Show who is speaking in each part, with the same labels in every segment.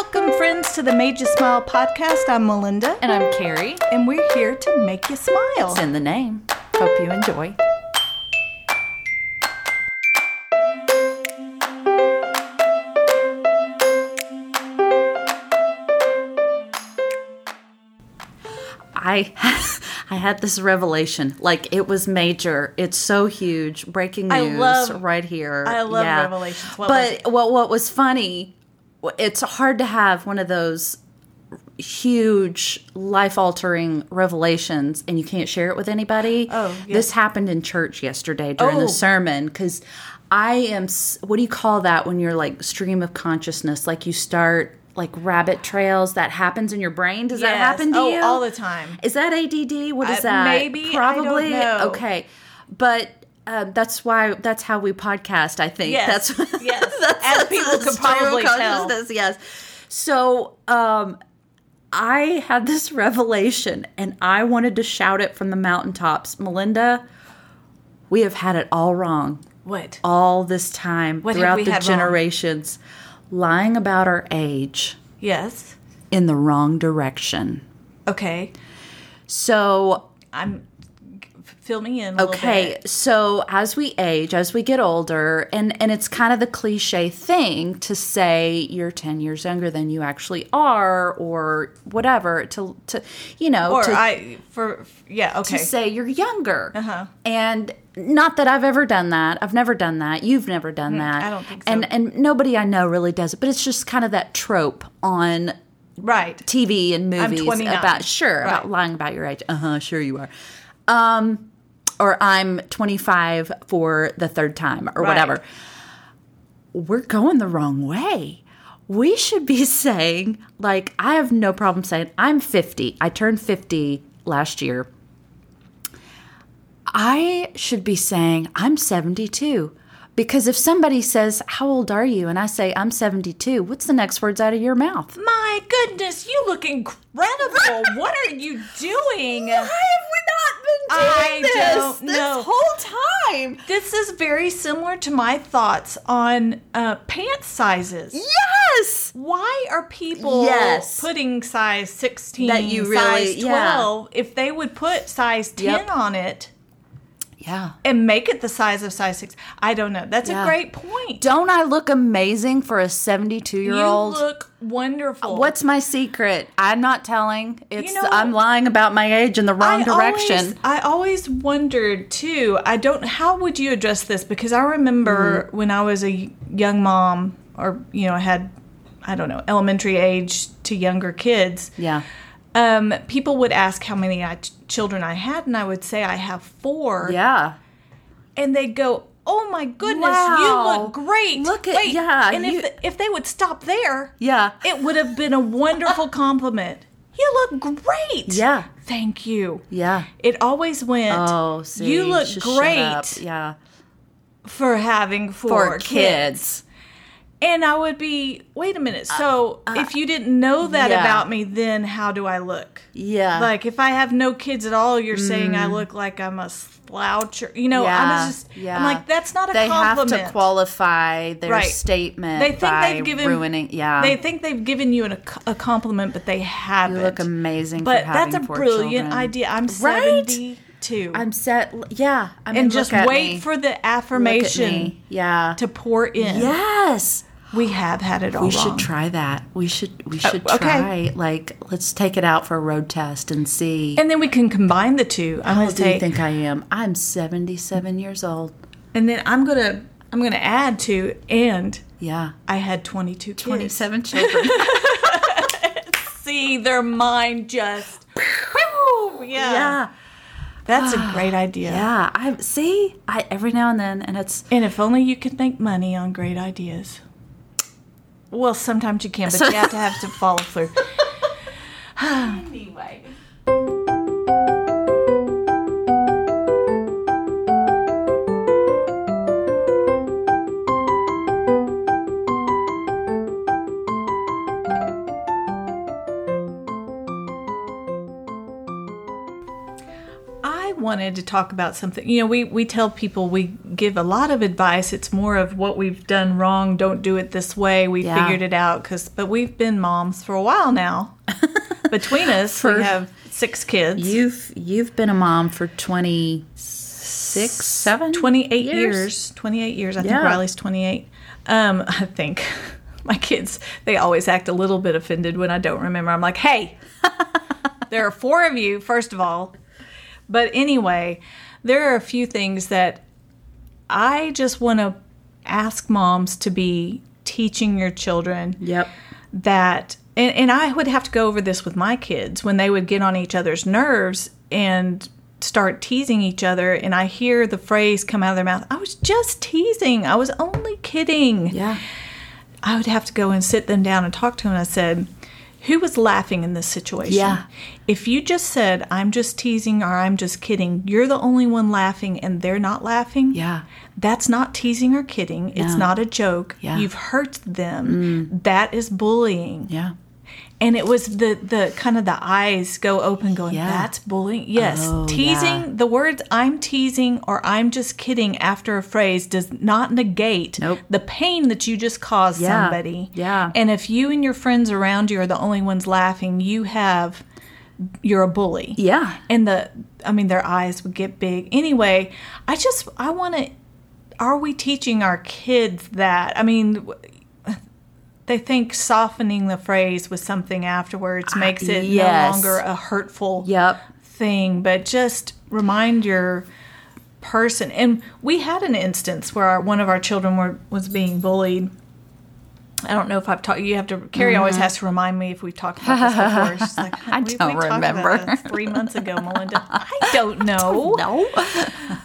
Speaker 1: Welcomes to the Made You Smile podcast. I'm Melinda,
Speaker 2: And I'm Carrie.
Speaker 1: and we're here to make you smile.
Speaker 2: It's in the name. Hope you enjoy. I I had this revelation. Like it was major. It's so huge. Breaking
Speaker 1: I
Speaker 2: news
Speaker 1: love-
Speaker 2: right here.
Speaker 1: I love revelations. What was
Speaker 2: but what what was funny? It's hard to have one of those huge life-altering revelations and you can't share it with anybody.
Speaker 1: Oh, yeah.
Speaker 2: This happened in church yesterday during
Speaker 1: Oh.
Speaker 2: the sermon cuz I am s- what do you call that when you're like stream of consciousness like you start like rabbit trails that happens in your brain. Does that
Speaker 1: Yes.
Speaker 2: happen to
Speaker 1: oh,
Speaker 2: you?
Speaker 1: all the time.
Speaker 2: Is that ADD? What is
Speaker 1: Uh,
Speaker 2: that?
Speaker 1: maybe. I don't
Speaker 2: Probably.
Speaker 1: know.
Speaker 2: Okay. But uh, that's why. That's how we podcast. I think.
Speaker 1: Yes.
Speaker 2: That's
Speaker 1: Yes. As people
Speaker 2: the
Speaker 1: could
Speaker 2: stream of
Speaker 1: probably tell.
Speaker 2: consciousness, Yes. So um, I had this revelation, and I wanted to shout it from the mountaintops, Melinda. We have had it all wrong
Speaker 1: What?
Speaker 2: all this time
Speaker 1: What have
Speaker 2: throughout
Speaker 1: we
Speaker 2: the
Speaker 1: had wrong?
Speaker 2: generations, lying about our age
Speaker 1: Yes.
Speaker 2: in the wrong direction.
Speaker 1: Okay.
Speaker 2: So
Speaker 1: I'm fill me in. A Little
Speaker 2: Okay,
Speaker 1: bit.
Speaker 2: so as we age, as we get older, and and it's kind of the cliche thing to say you're ten years younger than you actually are, or whatever. To to you know,
Speaker 1: Or
Speaker 2: to,
Speaker 1: I for yeah. Okay.
Speaker 2: to say you're younger.
Speaker 1: Uh-huh.
Speaker 2: And not that I've ever done that. I've never done that. You've never done that.
Speaker 1: Hmm, I don't think so.
Speaker 2: And and nobody I know really does it. But it's just kind of that trope on
Speaker 1: right.
Speaker 2: TV and movies
Speaker 1: 29.
Speaker 2: about sure about
Speaker 1: Right.
Speaker 2: lying about your age. Uh huh. Sure you are. Um, or I'm 25 for the third time or
Speaker 1: Right.
Speaker 2: whatever. We're going the wrong way. We should be saying like I have no problem saying I'm 50. I turned 50 last year. I should be saying I'm 72. Because if somebody says, How old are you? and I say, I'm 72, what's the next words out of your mouth?
Speaker 1: My goodness, you look incredible. what are you doing?
Speaker 2: Why have we not been doing
Speaker 1: I
Speaker 2: this
Speaker 1: don't
Speaker 2: this
Speaker 1: know.
Speaker 2: whole time?
Speaker 1: This is very similar to my thoughts on uh, pant sizes.
Speaker 2: Yes.
Speaker 1: Why are people
Speaker 2: Yes.
Speaker 1: putting size 16,
Speaker 2: That you really-
Speaker 1: size
Speaker 2: yeah.
Speaker 1: 12, if they would put size 10
Speaker 2: Yep.
Speaker 1: on it
Speaker 2: Yeah.
Speaker 1: and make it the size of size 6? I don't know. That's
Speaker 2: Yeah.
Speaker 1: a great point.
Speaker 2: Don't I look amazing for a 72 year
Speaker 1: you
Speaker 2: old?
Speaker 1: look wonderful.
Speaker 2: What's my secret? I'm not telling. It's
Speaker 1: know-
Speaker 2: I'm lying about my age in the wrong direction.
Speaker 1: Always, I always wondered too. I don't. How would you address this? Because I remember
Speaker 2: Mm.
Speaker 1: when I was a young mom, or you know, I had, I don't know, elementary age to younger kids.
Speaker 2: yeah.
Speaker 1: Um, people would ask how many I, children I had, and I would say I have four.
Speaker 2: Yeah.
Speaker 1: And they'd go, "Oh my goodness, you
Speaker 2: Wow.
Speaker 1: look great!
Speaker 2: Look at-
Speaker 1: Wait.
Speaker 2: yeah,
Speaker 1: And
Speaker 2: you-
Speaker 1: if if they would stop there,
Speaker 2: Yeah.
Speaker 1: it would have been a wonderful compliment. You look great.
Speaker 2: Yeah.
Speaker 1: Thank you.
Speaker 2: Yeah.
Speaker 1: It always went.
Speaker 2: Oh, see,
Speaker 1: you look
Speaker 2: just shut up.
Speaker 1: great
Speaker 2: Yeah.
Speaker 1: for having four,
Speaker 2: For
Speaker 1: kids.
Speaker 2: kids.
Speaker 1: And I would be, wait a minute. So if you didn't know that
Speaker 2: Uh, yeah.
Speaker 1: about me, then how do I look?
Speaker 2: Yeah. Mm.
Speaker 1: Like if I have no kids at all, you're saying I look like I'm a sloucher. You know, I
Speaker 2: Yeah,
Speaker 1: was just,
Speaker 2: yeah.
Speaker 1: oh, I'm like, that's not a
Speaker 2: they
Speaker 1: compliment.
Speaker 2: have to qualify their
Speaker 1: Right.
Speaker 2: statement
Speaker 1: They think
Speaker 2: by
Speaker 1: they've given-
Speaker 2: ruining. Yeah.
Speaker 1: They think they've given you an, a compliment, but they haven't.
Speaker 2: You look amazing.
Speaker 1: But
Speaker 2: for
Speaker 1: that's a
Speaker 2: having four
Speaker 1: brilliant
Speaker 2: children.
Speaker 1: idea. I'm
Speaker 2: Right?
Speaker 1: 72.
Speaker 2: I'm set. Yeah, I mean,
Speaker 1: and
Speaker 2: look
Speaker 1: just
Speaker 2: at
Speaker 1: wait
Speaker 2: me.
Speaker 1: for the
Speaker 2: Look at
Speaker 1: affirmation
Speaker 2: me. Yeah.
Speaker 1: to pour in.
Speaker 2: yes,
Speaker 1: We have had it all
Speaker 2: we should
Speaker 1: wrong.
Speaker 2: try that. We should. We should
Speaker 1: okay.
Speaker 2: try. Like, let's take it out for a road test and see.
Speaker 1: And then we can combine the two. I'm
Speaker 2: How
Speaker 1: gonna
Speaker 2: old do you
Speaker 1: say,
Speaker 2: think I am? I'm 77 years old.
Speaker 1: and then I'm gonna I'm gonna add to, and
Speaker 2: Yeah,
Speaker 1: I had 22 kids.
Speaker 2: 27 children.
Speaker 1: See, their mind just. Whew, yeah.
Speaker 2: yeah,
Speaker 1: that's a great idea.
Speaker 2: yeah. I see. I every now and then, and it's
Speaker 1: And if only you could make money on great ideas. Well, sometimes you can, but
Speaker 2: So-
Speaker 1: you have to have to follow through.
Speaker 2: anyway.
Speaker 1: I wanted to talk about something. You know, we we tell people we give a lot of advice. It's more of what we've done wrong. Don't do it this way. We
Speaker 2: Yeah.
Speaker 1: figured it out because, but we've been moms for a while now. Between us,
Speaker 2: For-
Speaker 1: we have six kids.
Speaker 2: You've you've been a mom for 26, 7?
Speaker 1: 28 years. 28 years. I
Speaker 2: Yeah.
Speaker 1: think Riley's 28. Um, I think my kids, they always act a little bit offended when I don't remember. I'm like, hey, there are four of you, first of all. But anyway, there are a few things that I just want to ask moms to be teaching your children
Speaker 2: Yep.
Speaker 1: that and, and I would have to go over this with my kids when they would get on each other's nerves and start teasing each other and I hear the phrase come out of their mouth, I was just teasing. I was only kidding.
Speaker 2: Yeah.
Speaker 1: I would have to go and sit them down and talk to them. I said, Who was laughing in this situation?
Speaker 2: Yeah.
Speaker 1: If you just said, I'm just teasing or I'm just kidding, you're the only one laughing and they're not laughing.
Speaker 2: Yeah.
Speaker 1: That's not teasing or kidding. It's
Speaker 2: No.
Speaker 1: not a joke.
Speaker 2: Yeah. Mm.
Speaker 1: You've hurt them. That is bullying.
Speaker 2: Yeah.
Speaker 1: And it was the the kind of the eyes go open, going,
Speaker 2: Yeah.
Speaker 1: "That's bullying." Yes,
Speaker 2: Oh,
Speaker 1: teasing.
Speaker 2: yeah.
Speaker 1: The words "I'm teasing" or "I'm just kidding" after a phrase does not negate
Speaker 2: Nope.
Speaker 1: the pain that you just caused
Speaker 2: Yeah.
Speaker 1: somebody.
Speaker 2: Yeah.
Speaker 1: And if you and your friends around you are the only ones laughing, you have you're a bully
Speaker 2: Yeah.
Speaker 1: and the i mean their eyes would get big anyway i just i want to are we teaching our kids that i mean w- they think softening the phrase with something afterwards makes it
Speaker 2: yes.
Speaker 1: no longer a hurtful
Speaker 2: Yep.
Speaker 1: thing but just remind your person and we had an instance where our, one of our children were, was being bullied I don't know if I've talked. You have to. Carrie always has to remind me if we talked about this before. She's like,
Speaker 2: I
Speaker 1: "We- we
Speaker 2: don't
Speaker 1: talked about
Speaker 2: remember."
Speaker 1: this three months ago, Melinda. I don't know.
Speaker 2: No.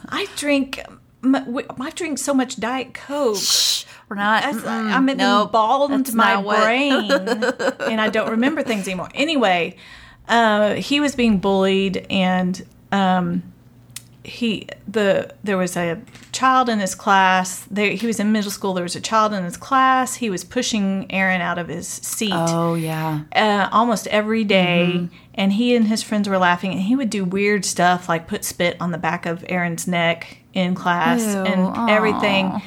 Speaker 1: I drink. m- we- I drink so much Diet Coke.
Speaker 2: We're not.
Speaker 1: That's,
Speaker 2: mm-mm,
Speaker 1: I mean, it
Speaker 2: nope,
Speaker 1: embalmed
Speaker 2: that's
Speaker 1: my
Speaker 2: not what-
Speaker 1: brain, and I don't remember things anymore. Anyway, uh, he was being bullied, and um, he the there was a child in his class. There, he was in middle school. There was a child in his class. He was pushing Aaron out of his seat
Speaker 2: Oh yeah.
Speaker 1: uh, almost every day,
Speaker 2: Mm-hmm.
Speaker 1: and he and his friends were laughing and he would do weird stuff like put spit on the back of Aaron's neck in class
Speaker 2: Ew,
Speaker 1: and
Speaker 2: aw.
Speaker 1: everything.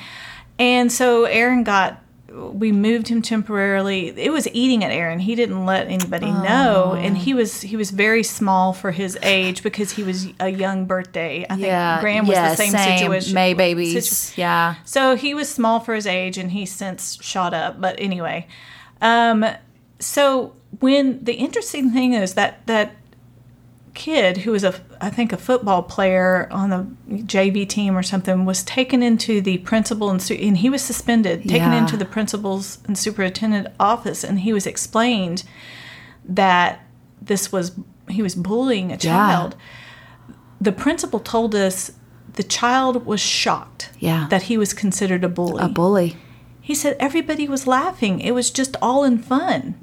Speaker 1: And so Aaron got we moved him temporarily. It was eating at Aaron. He didn't let anybody know
Speaker 2: Oh.
Speaker 1: and he was he was very small for his age because he was a young birthday. I think
Speaker 2: Yeah.
Speaker 1: Graham was
Speaker 2: yeah,
Speaker 1: the same, situation.
Speaker 2: May babies.
Speaker 1: situ-
Speaker 2: yeah.
Speaker 1: so he was small for his age and he since shot up. But anyway, um, so when the interesting thing is that that kid who was a I think a football player on the JV team or something was taken into the principal and, su- and he was suspended, taken
Speaker 2: Yeah.
Speaker 1: into the principal's and superintendent office, and he was explained that this was he was bullying a child. The principal told us the child was shocked
Speaker 2: Yeah.
Speaker 1: that he was considered a bully.
Speaker 2: A bully.
Speaker 1: he said everybody was laughing. It was just all in fun.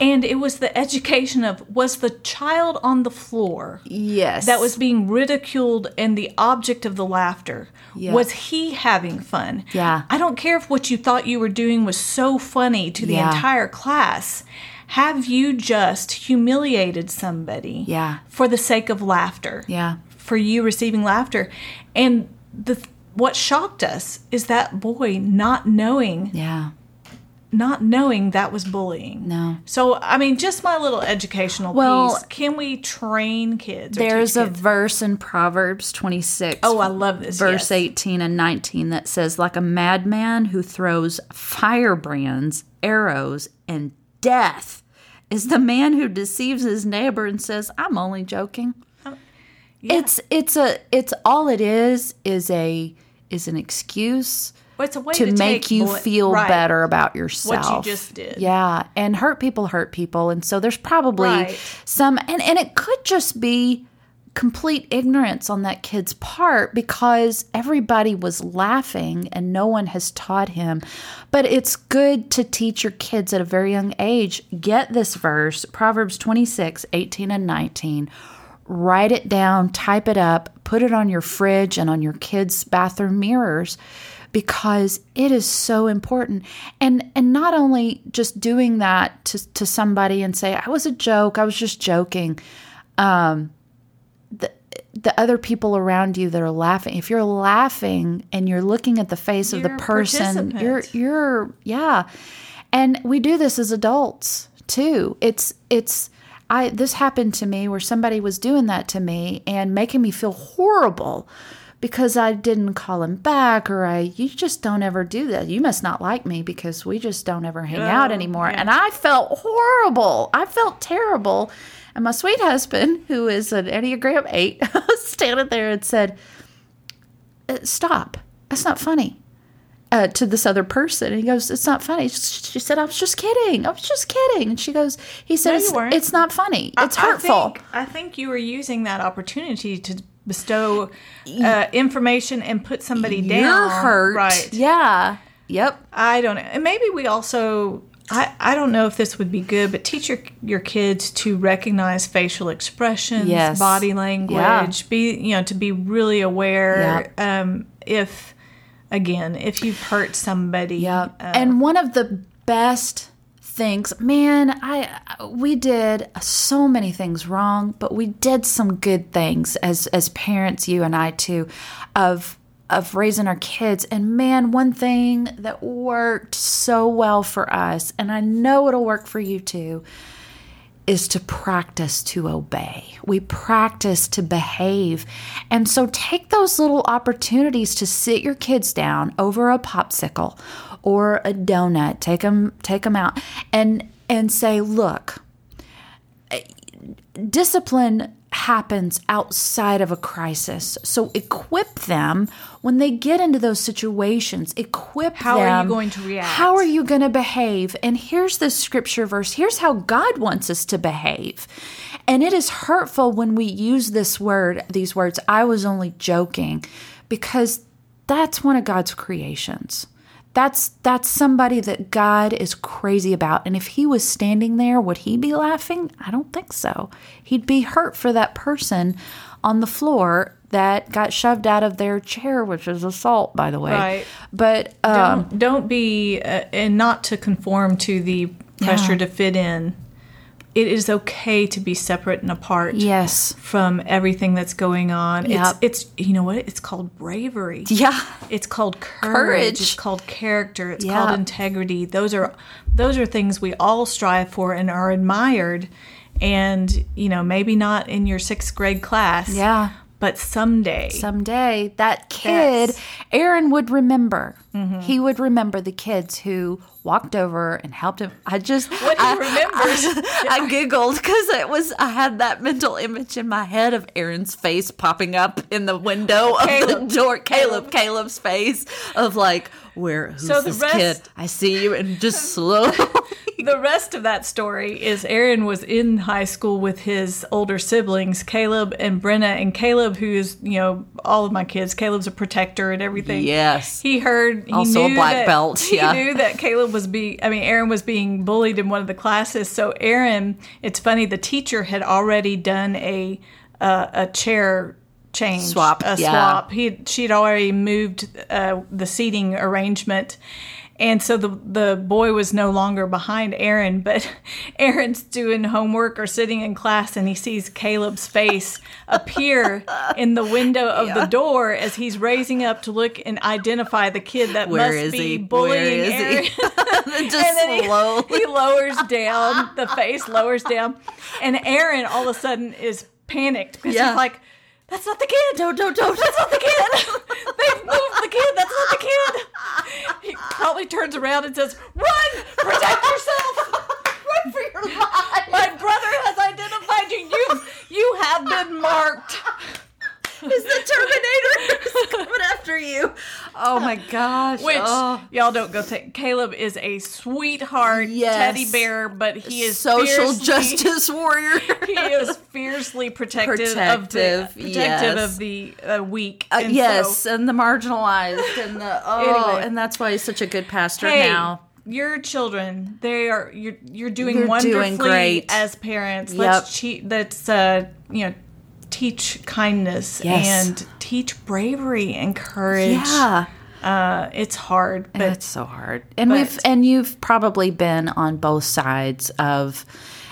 Speaker 1: and it was the education of was the child on the floor
Speaker 2: Yes.
Speaker 1: that was being ridiculed and the object of the laughter?
Speaker 2: Yeah.
Speaker 1: Was he having fun?
Speaker 2: Yeah.
Speaker 1: I don't care if what you thought you were doing was so funny to the
Speaker 2: Yeah.
Speaker 1: entire class. Have you just humiliated somebody
Speaker 2: Yeah.
Speaker 1: for the sake of laughter?
Speaker 2: Yeah.
Speaker 1: For you receiving laughter. And the what shocked us is that boy not knowing
Speaker 2: Yeah.
Speaker 1: not knowing that was bullying.
Speaker 2: No.
Speaker 1: So I mean just my little educational
Speaker 2: Well-
Speaker 1: piece. Can we train kids? or
Speaker 2: There's
Speaker 1: teach
Speaker 2: a
Speaker 1: kids?
Speaker 2: verse in Proverbs 26.
Speaker 1: Oh, I love this.
Speaker 2: verse
Speaker 1: yes.
Speaker 2: 18 and 19 that says like a madman who throws firebrands arrows and death is the man who deceives his neighbor and says i'm only joking
Speaker 1: Oh,
Speaker 2: it's it's a it's all it is is a is an excuse
Speaker 1: Well, it's a way
Speaker 2: to,
Speaker 1: to,
Speaker 2: make
Speaker 1: take
Speaker 2: you
Speaker 1: bl-
Speaker 2: feel
Speaker 1: right,
Speaker 2: better about yourself.
Speaker 1: just did.
Speaker 2: Yeah, and hurt people hurt people, and so there's probably
Speaker 1: Right.
Speaker 2: some, and and it could just be complete ignorance on that kid's part because everybody was laughing and no one has taught him but it's good to teach your kids at a very young age get this verse proverbs 26 18 and 19 write it down, type it up, put it on your fridge and on your kids' bathroom mirrors because it is so important. And and not only just doing that to to somebody and say, "I was a joke, I was just joking." Um the, the other people around you that are laughing. If you're laughing and you're looking at the face of
Speaker 1: You're
Speaker 2: the
Speaker 1: a
Speaker 2: person,
Speaker 1: participant.
Speaker 2: you're you're yeah. And we do this as adults too. It's it's I this happened to me where somebody was doing that to me and making me feel horrible because I didn't call him back or I you just don't ever do that. You must not like me because we just don't ever hang out
Speaker 1: Oh,
Speaker 2: anymore.
Speaker 1: yeah.
Speaker 2: And I felt horrible. I felt terrible. And my sweet husband, who is an Enneagram 8, standing there and said, "Uh, Stop. That's not funny. Uh, to this other person. And he goes, It's not funny. She she said, I was just kidding. I was just kidding. And she goes, He
Speaker 1: you
Speaker 2: says,
Speaker 1: weren't.
Speaker 2: It's not funny. It's
Speaker 1: I-
Speaker 2: hurtful.
Speaker 1: I think, I think you were using that opportunity to bestow uh, information and put somebody down.
Speaker 2: You're hurt.
Speaker 1: Right.
Speaker 2: Yeah. Yep.
Speaker 1: I don't know. And maybe we also. I, I don't know if this would be good, but teach your your kids to recognize facial expressions,
Speaker 2: Yes.
Speaker 1: body language, be you know to be really aware. Um, if again, if you've hurt somebody,
Speaker 2: Yeah.
Speaker 1: uh,
Speaker 2: and one of the best things, man, I we did so many things wrong, but we did some good things as as parents, you and I too, of of raising our kids. And man, one thing that worked so well for us, and I know it'll work for you too, is to practice to obey. We practice to behave. And so take those little opportunities to sit your kids down over a popsicle or a donut. Take them take them out and and say, "Look, discipline happens outside of a crisis. So equip them when they get into those situations. Equip
Speaker 1: How are you
Speaker 2: them.
Speaker 1: going to react?
Speaker 2: How are you going to behave? And here's the scripture verse. Here's how God wants us to behave. And it is hurtful when we use this word, these words, I was only joking, because that's one of God's creations. That's that's somebody that God is crazy about. And if he was standing there, would he be laughing? I don't think so. He'd be hurt for that person on the floor that got shoved out of their chair, which is assault, by the way.
Speaker 1: Right.
Speaker 2: But um,
Speaker 1: don't, don't be uh, and not to conform to the pressure to fit in. It is okay to be separate and apart
Speaker 2: yes.
Speaker 1: from everything that's going on.
Speaker 2: Yep.
Speaker 1: It's it's you know what? It's called bravery.
Speaker 2: Yeah.
Speaker 1: It's called courage.
Speaker 2: Courage.
Speaker 1: It's called character. It's
Speaker 2: Yeah.
Speaker 1: called integrity. Those are those are things we all strive for and are admired. And you know, maybe not in your sixth grade class.
Speaker 2: Yeah.
Speaker 1: But someday.
Speaker 2: Someday that kid,
Speaker 1: That's-
Speaker 2: Aaron would remember.
Speaker 1: Mm-hmm.
Speaker 2: He would remember the kids who walked over and helped him. I just
Speaker 1: What he
Speaker 2: I,
Speaker 1: remembers.
Speaker 2: I, I giggled because it was I had that mental image in my head of Aaron's face popping up in the window of
Speaker 1: Caleb.
Speaker 2: the door. Caleb, Caleb's face of like, where who's
Speaker 1: So the
Speaker 2: this
Speaker 1: rest-
Speaker 2: kid? I see you, and just slow.
Speaker 1: the rest of that story is Aaron was in high school with his older siblings, Caleb and Brenna. And Caleb, who's, you know, all of my kids, Caleb's a protector and everything.
Speaker 2: Yes.
Speaker 1: He heard, he
Speaker 2: Also a
Speaker 1: knew
Speaker 2: black
Speaker 1: that-
Speaker 2: belt,
Speaker 1: He
Speaker 2: yeah.
Speaker 1: knew that Caleb was being, I mean, Aaron was being bullied in one of the classes. So Aaron, it's funny, the teacher had already done a, uh, a chair change
Speaker 2: Swap,
Speaker 1: a
Speaker 2: yeah.
Speaker 1: swap he she'd already moved uh, the seating arrangement and so the the boy was no longer behind Aaron, but Aaron's doing homework or sitting in class, and he sees Caleb's face appear in the window of the door as he's raising up to look and identify the kid that
Speaker 2: Where
Speaker 1: must
Speaker 2: is
Speaker 1: be
Speaker 2: he?
Speaker 1: bullying
Speaker 2: Where is
Speaker 1: Aaron.
Speaker 2: he? And just
Speaker 1: And then he,
Speaker 2: slow.
Speaker 1: he lowers down, the face lowers down, and Aaron all of a sudden is panicked because
Speaker 2: Yeah.
Speaker 1: he's like, "That's not the kid!
Speaker 2: No, no, no,
Speaker 1: That's not the kid. They've moved the kid. That's not the kid. He probably turns around and says, Run! Protect yourself!
Speaker 2: Run for your life.
Speaker 1: My brother has identified you. You, you have been marked.
Speaker 2: is the Terminator who's coming after you. Oh my gosh.
Speaker 1: Which,
Speaker 2: oh.
Speaker 1: y'all don't go take. Caleb is a sweetheart
Speaker 2: Yes.
Speaker 1: teddy bear, but he is
Speaker 2: social
Speaker 1: fiercely-
Speaker 2: justice warrior.
Speaker 1: He is fiercely protective, of
Speaker 2: Protective,
Speaker 1: the, protective
Speaker 2: yes.
Speaker 1: of the uh, weak.
Speaker 2: Uh,
Speaker 1: And so-
Speaker 2: yes, and the marginalized and the oh
Speaker 1: Anyway.
Speaker 2: and that's why he's such a good pastor
Speaker 1: hey,
Speaker 2: now.
Speaker 1: Your children, they are you're you're doing
Speaker 2: You're doing
Speaker 1: wonderfully
Speaker 2: great.
Speaker 1: as parents.
Speaker 2: Yep.
Speaker 1: Let's cheat let's uh you know teach kindness
Speaker 2: Yes.
Speaker 1: and teach bravery and courage.
Speaker 2: Yeah.
Speaker 1: Uh it's hard, but
Speaker 2: That's so hard. And
Speaker 1: but-
Speaker 2: we've and you've probably been on both sides of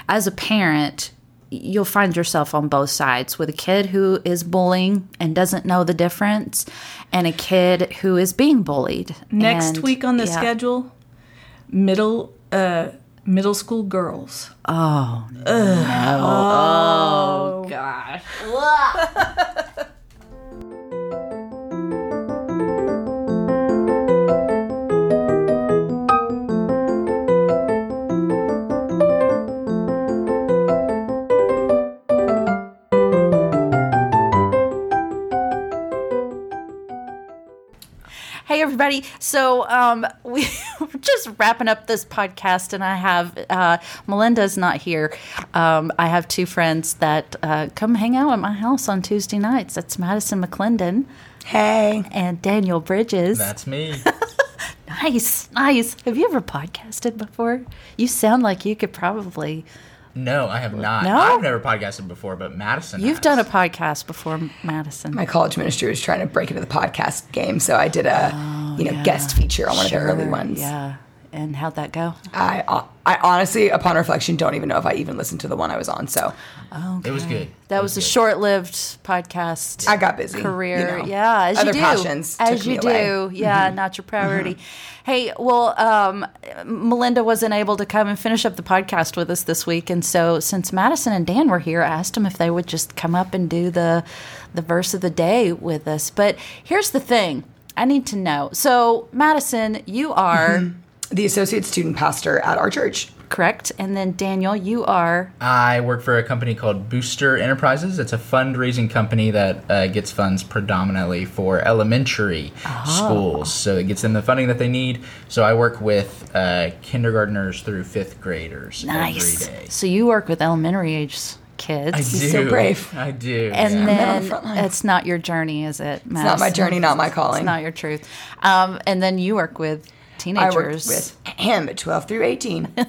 Speaker 2: as a parent you'll find yourself on both sides with a kid who is bullying and doesn't know the difference and a kid who is being bullied.
Speaker 1: Next
Speaker 2: And-
Speaker 1: week on the
Speaker 2: yeah.
Speaker 1: schedule, middle uh, middle school girls.
Speaker 2: Oh,
Speaker 1: Oh, gosh.
Speaker 2: Hey, everybody. So um, we, we're just wrapping up this podcast, and I have uh, Melinda's not here. Um, I have two friends that uh, come hang out at my house on Tuesday nights. That's Madison McClendon
Speaker 3: Hey.
Speaker 2: and Daniel Bridges.
Speaker 4: That's me.
Speaker 2: nice, nice. Have you ever podcasted before? You sound like you could probably.
Speaker 4: No, I have not.
Speaker 2: No?
Speaker 4: I've never podcasted before, but Madison.
Speaker 2: You've
Speaker 4: has.
Speaker 2: done a podcast before, Madison.
Speaker 3: My college ministry was trying to break into the podcast game, so I did a you know guest feature on one of their early ones.
Speaker 2: Oh, Yeah. And how'd that go?
Speaker 3: I I honestly, upon reflection, don't even know if I even listened to the one I was on. So
Speaker 4: It was good.
Speaker 2: That was a
Speaker 4: good.
Speaker 2: short-lived podcast.
Speaker 3: I got busy. you
Speaker 2: career.
Speaker 3: know.
Speaker 2: Yeah, as
Speaker 3: other
Speaker 2: you do.
Speaker 3: passions
Speaker 2: as
Speaker 3: took
Speaker 2: you
Speaker 3: me
Speaker 2: do.
Speaker 3: away. Mm-hmm.
Speaker 2: Yeah, not your priority. Hey, well, um, Melinda wasn't able to come and finish up the podcast with us this week, and so since Madison and Dan were here, I asked them if they would just come up and do the the verse of the day with us. But here's the thing. I need to know. So, Madison, you are
Speaker 3: Mm-hmm. The associate student pastor at our church.
Speaker 2: correct, and then Daniel, you are
Speaker 4: I work for a company called Booster Enterprises. It's a fundraising company that uh, gets funds predominantly for elementary
Speaker 2: Uh-huh.
Speaker 4: schools. So it gets them the funding that they need. So I work with uh, kindergartners through fifth graders
Speaker 2: nice.
Speaker 4: every day.
Speaker 2: So you work with elementary age kids.
Speaker 4: I do.
Speaker 3: so brave.
Speaker 4: I do. yeah.
Speaker 2: And
Speaker 3: on the
Speaker 2: then
Speaker 3: front lines.
Speaker 2: it's not your journey, is it?
Speaker 3: It's not my journey, not my calling.
Speaker 2: It's not your truth. Um, and then you work with
Speaker 3: I
Speaker 2: teenagers.
Speaker 3: worked with him at 12 through 18. An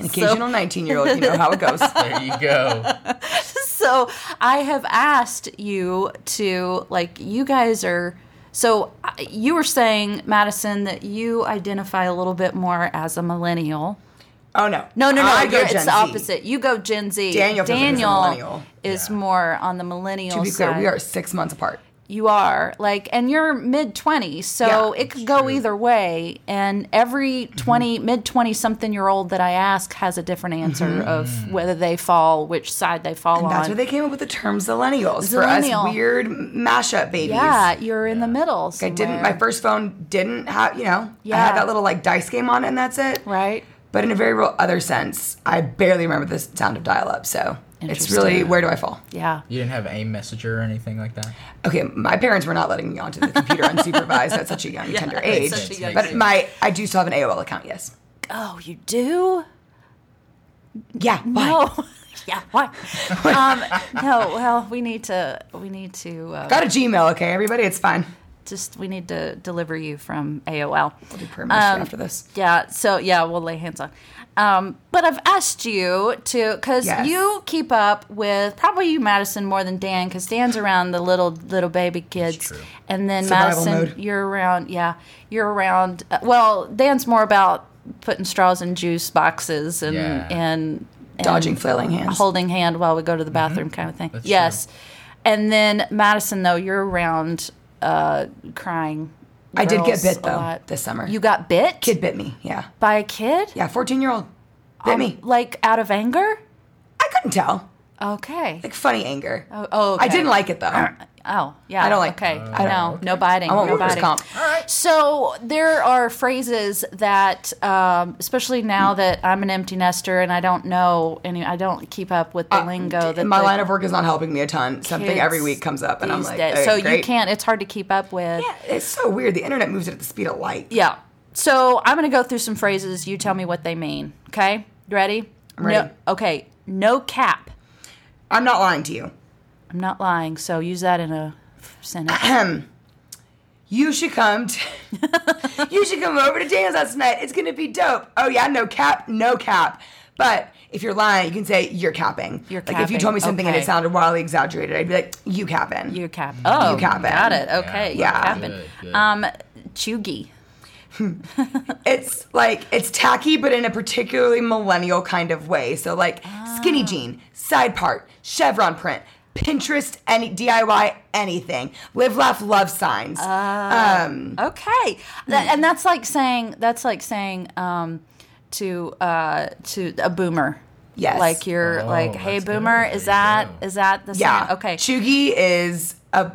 Speaker 3: occasional 19 year old, you know how it goes.
Speaker 4: there you go.
Speaker 2: So I have asked you to like you guys are. So uh, you were saying, Madison, that you identify a little bit more as a millennial.
Speaker 3: Oh, no.
Speaker 2: No, no, no.
Speaker 3: I go
Speaker 2: you're-
Speaker 3: Gen
Speaker 2: it's the
Speaker 3: Z.
Speaker 2: opposite. You go Gen Z.
Speaker 3: Daniel feels like he's a
Speaker 2: Daniel
Speaker 3: millennial.
Speaker 2: is more on the millennial
Speaker 3: To be
Speaker 2: side.
Speaker 3: clear, we are six months apart.
Speaker 2: you are like and you're mid 20s so
Speaker 3: Yeah,
Speaker 2: it could go either way and every 20 mid 20 something year old that i ask has a different answer of whether they fall which side they fall on
Speaker 3: That's where they came up with the term zillennials for us
Speaker 2: Zillennial.
Speaker 3: weird mashup babies.
Speaker 2: yeah you're in the middle
Speaker 3: I
Speaker 2: somewhere.
Speaker 3: didn't, my first phone didn't have, you know, I
Speaker 2: Yeah.
Speaker 3: had that little like dice game on it and that's it.
Speaker 2: right
Speaker 3: But in a very real other sense, I barely remember the sound of dial up. So it's really,
Speaker 2: Interesting.
Speaker 3: where do I fall?
Speaker 2: yeah
Speaker 4: You didn't have a messenger or anything like that?
Speaker 3: Okay, my parents were not letting me onto the computer unsupervised at such a young, tender
Speaker 2: at
Speaker 3: age.
Speaker 2: such
Speaker 4: a young
Speaker 3: but
Speaker 4: age.
Speaker 3: my, I do still have an AOL account. Yes.
Speaker 2: oh you do
Speaker 3: Yeah. Why?
Speaker 2: oh yeah why um no well we need to we need to uh,
Speaker 3: Got a Gmail. Okay, everybody, it's fine.
Speaker 2: just we need to deliver you from aol
Speaker 3: I'll do prayer ministry
Speaker 2: Um,
Speaker 3: after this.
Speaker 2: Yeah. So yeah, we'll lay hands on. Um, but I've asked you to because
Speaker 3: Yes.
Speaker 2: you keep up with probably you Madison more than Dan because Dan's around the little little baby kids,
Speaker 4: true.
Speaker 2: and then
Speaker 3: Survival
Speaker 2: Madison,
Speaker 3: mode.
Speaker 2: you're around. Yeah, you're around. Uh, well, Dan's more about putting straws in juice boxes and
Speaker 4: Yeah.
Speaker 2: and, and
Speaker 3: Dodging flailing hands.
Speaker 2: holding hand while we go
Speaker 3: Mm-hmm.
Speaker 2: to the bathroom kind of thing. yes, and then Madison though you're around uh, crying.
Speaker 3: I did get
Speaker 2: girls
Speaker 3: bit
Speaker 2: a
Speaker 3: though
Speaker 2: lot.
Speaker 3: this summer.
Speaker 2: You got bit?
Speaker 3: kid bit me. Yeah.
Speaker 2: By a kid?
Speaker 3: Yeah. Fourteen year old
Speaker 2: Oh,
Speaker 3: bit me.
Speaker 2: Like out of anger?
Speaker 3: I couldn't tell.
Speaker 2: Okay.
Speaker 3: Like funny anger.
Speaker 2: Oh, oh,
Speaker 3: I
Speaker 2: okay.
Speaker 3: didn't like it though. I
Speaker 2: Oh, yeah.
Speaker 3: I don't like-
Speaker 2: Okay.
Speaker 3: I Uh, don't-
Speaker 2: no, no biting.
Speaker 3: want
Speaker 2: no
Speaker 3: workers
Speaker 2: biting.
Speaker 3: comp.
Speaker 2: So there are phrases that, um, especially
Speaker 3: Hmm.
Speaker 2: now that I'm an empty nester and I don't know any, I don't keep up with the lingo that
Speaker 3: Uh, My
Speaker 2: the
Speaker 3: line of work is not helping me a ton. Something every
Speaker 2: kids
Speaker 3: week comes up, and I'm
Speaker 2: these
Speaker 3: like,
Speaker 2: days-
Speaker 3: "Oh,
Speaker 2: so you
Speaker 3: great."
Speaker 2: can't. It's hard to keep up with.
Speaker 3: Yeah, it's so weird. The internet moves at the speed of light.
Speaker 2: Yeah. So I'm going to go through some phrases. You tell me what they mean. Okay. You ready?
Speaker 3: I'm ready.
Speaker 2: No, okay. No cap.
Speaker 3: I'm not lying to you.
Speaker 2: I'm not lying. So use that in a f- sentence.
Speaker 3: You should come. To, you should come over to Dan's last night. It's gonna be dope. Oh yeah, no cap, no cap. But if you're lying, you can say you're capping.
Speaker 2: You're
Speaker 3: like if you
Speaker 2: capping,
Speaker 3: told me something and
Speaker 2: okay.
Speaker 3: it sounded wildly exaggerated, I'd be like, you capping.
Speaker 2: You cap. Oh,
Speaker 3: cap
Speaker 2: Got
Speaker 3: in.
Speaker 2: it. Um, Okay.
Speaker 3: Yeah.
Speaker 2: You cap in.
Speaker 4: Good, good.
Speaker 2: Um, chuggy.
Speaker 3: it's like it's tacky but in a particularly millennial kind of way so like skinny jean side part chevron print pinterest any diy anything live laugh love signs um,
Speaker 2: Okay, That- and that's like saying that's like saying um, to uh, to a boomer.
Speaker 3: Yes.
Speaker 2: like you're
Speaker 4: Oh,
Speaker 2: like, hey,
Speaker 4: that's good.
Speaker 2: boomer,
Speaker 4: There
Speaker 2: is
Speaker 4: you
Speaker 2: that is
Speaker 4: go.
Speaker 2: that the
Speaker 3: yeah
Speaker 2: same? Okay,
Speaker 3: chugi is a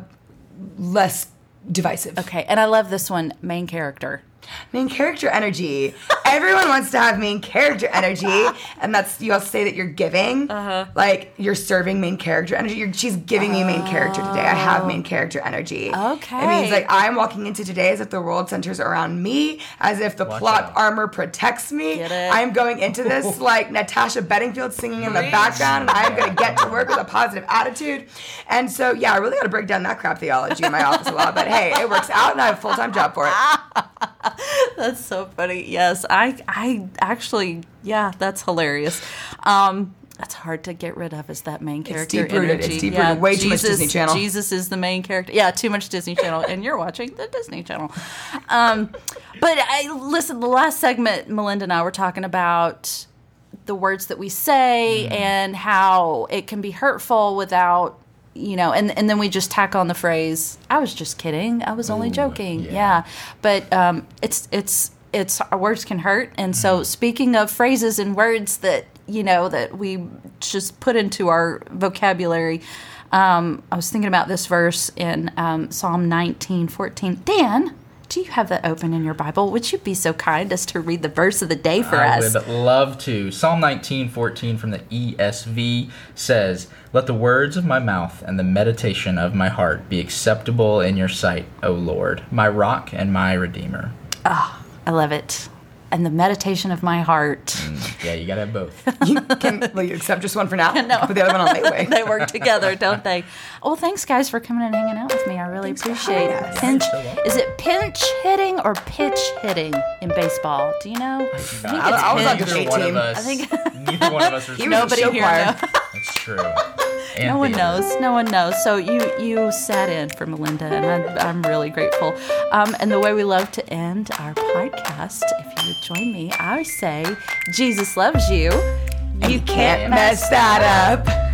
Speaker 3: less divisive
Speaker 2: okay, and I love this one. Main character.
Speaker 3: main character energy everyone wants to have main character energy and that's you also say that you're giving
Speaker 2: Uh-huh.
Speaker 3: like you're serving main character energy you're, she's giving me main character today i have main character energy it
Speaker 2: Oh. Okay.
Speaker 3: means like i'm walking into today as if the world centers around me as if the
Speaker 4: Watch
Speaker 3: plot
Speaker 4: out.
Speaker 3: armor protects me
Speaker 2: Get it?
Speaker 3: i'm going into this like natasha bedingfield singing in the background and i'm going to get to work with a positive attitude and so yeah i really got to break down that crap theology in my office a lot but hey it works out and i have a full-time job for it
Speaker 2: That's so funny. Yes, I I actually yeah, that's hilarious. Um that's hard to get rid of is that main character
Speaker 3: deep-rooted.
Speaker 2: energy.
Speaker 3: It's deep-rooted. Way too much Disney Channel.
Speaker 2: Jesus is the main character. Yeah, too much Disney Channel and you're watching the Disney Channel. Um but I listen the last segment Melinda and I were talking about the words that we
Speaker 3: Mm.
Speaker 2: say and how it can be hurtful without you know and and then we just tack on the phrase i was just kidding i was only joking yeah,
Speaker 4: yeah.
Speaker 2: but um it's it's it's our words can hurt and so speaking of phrases and words that you know that we just put into our vocabulary um, I was thinking about this verse in um, Psalm nineteen fourteen. Dan, do you have that open in your Bible? Would you be so kind as to read the verse of the day for
Speaker 4: I
Speaker 2: us?
Speaker 4: would love to. Psalm 19:14 from the ESV says, "Let the words of my mouth and the meditation of my heart be acceptable in your sight, O Lord, my rock and my redeemer."
Speaker 2: I love it. And the meditation of my heart.
Speaker 4: Yeah, you got to have both.
Speaker 3: You can will you accept just one for now? No. Put the other one on gateway.
Speaker 2: they work together, don't they? Well, thanks guys for coming and hanging out with me. I really appreciate
Speaker 3: having
Speaker 2: it.
Speaker 3: us.
Speaker 2: Pinch
Speaker 4: You're so welcome.
Speaker 2: is it pinch hitting or pitch hitting in baseball? Do you know? I, think
Speaker 4: I,
Speaker 2: it's
Speaker 3: I was on
Speaker 2: pinch.
Speaker 3: the
Speaker 4: neither
Speaker 3: J
Speaker 4: one
Speaker 3: team.
Speaker 4: of us. neither one of us are.
Speaker 3: He was
Speaker 4: No,
Speaker 3: a
Speaker 2: Nobody
Speaker 3: show
Speaker 2: here
Speaker 3: choir.
Speaker 2: knows.
Speaker 4: that's true. And
Speaker 2: No one
Speaker 4: theater.
Speaker 2: knows. No one knows. So you you sat in for Melinda, and I'm, I'm really grateful. Um, and the way we love to end our podcast, if you would join me, I say, Jesus loves you.
Speaker 3: You can't mess that up.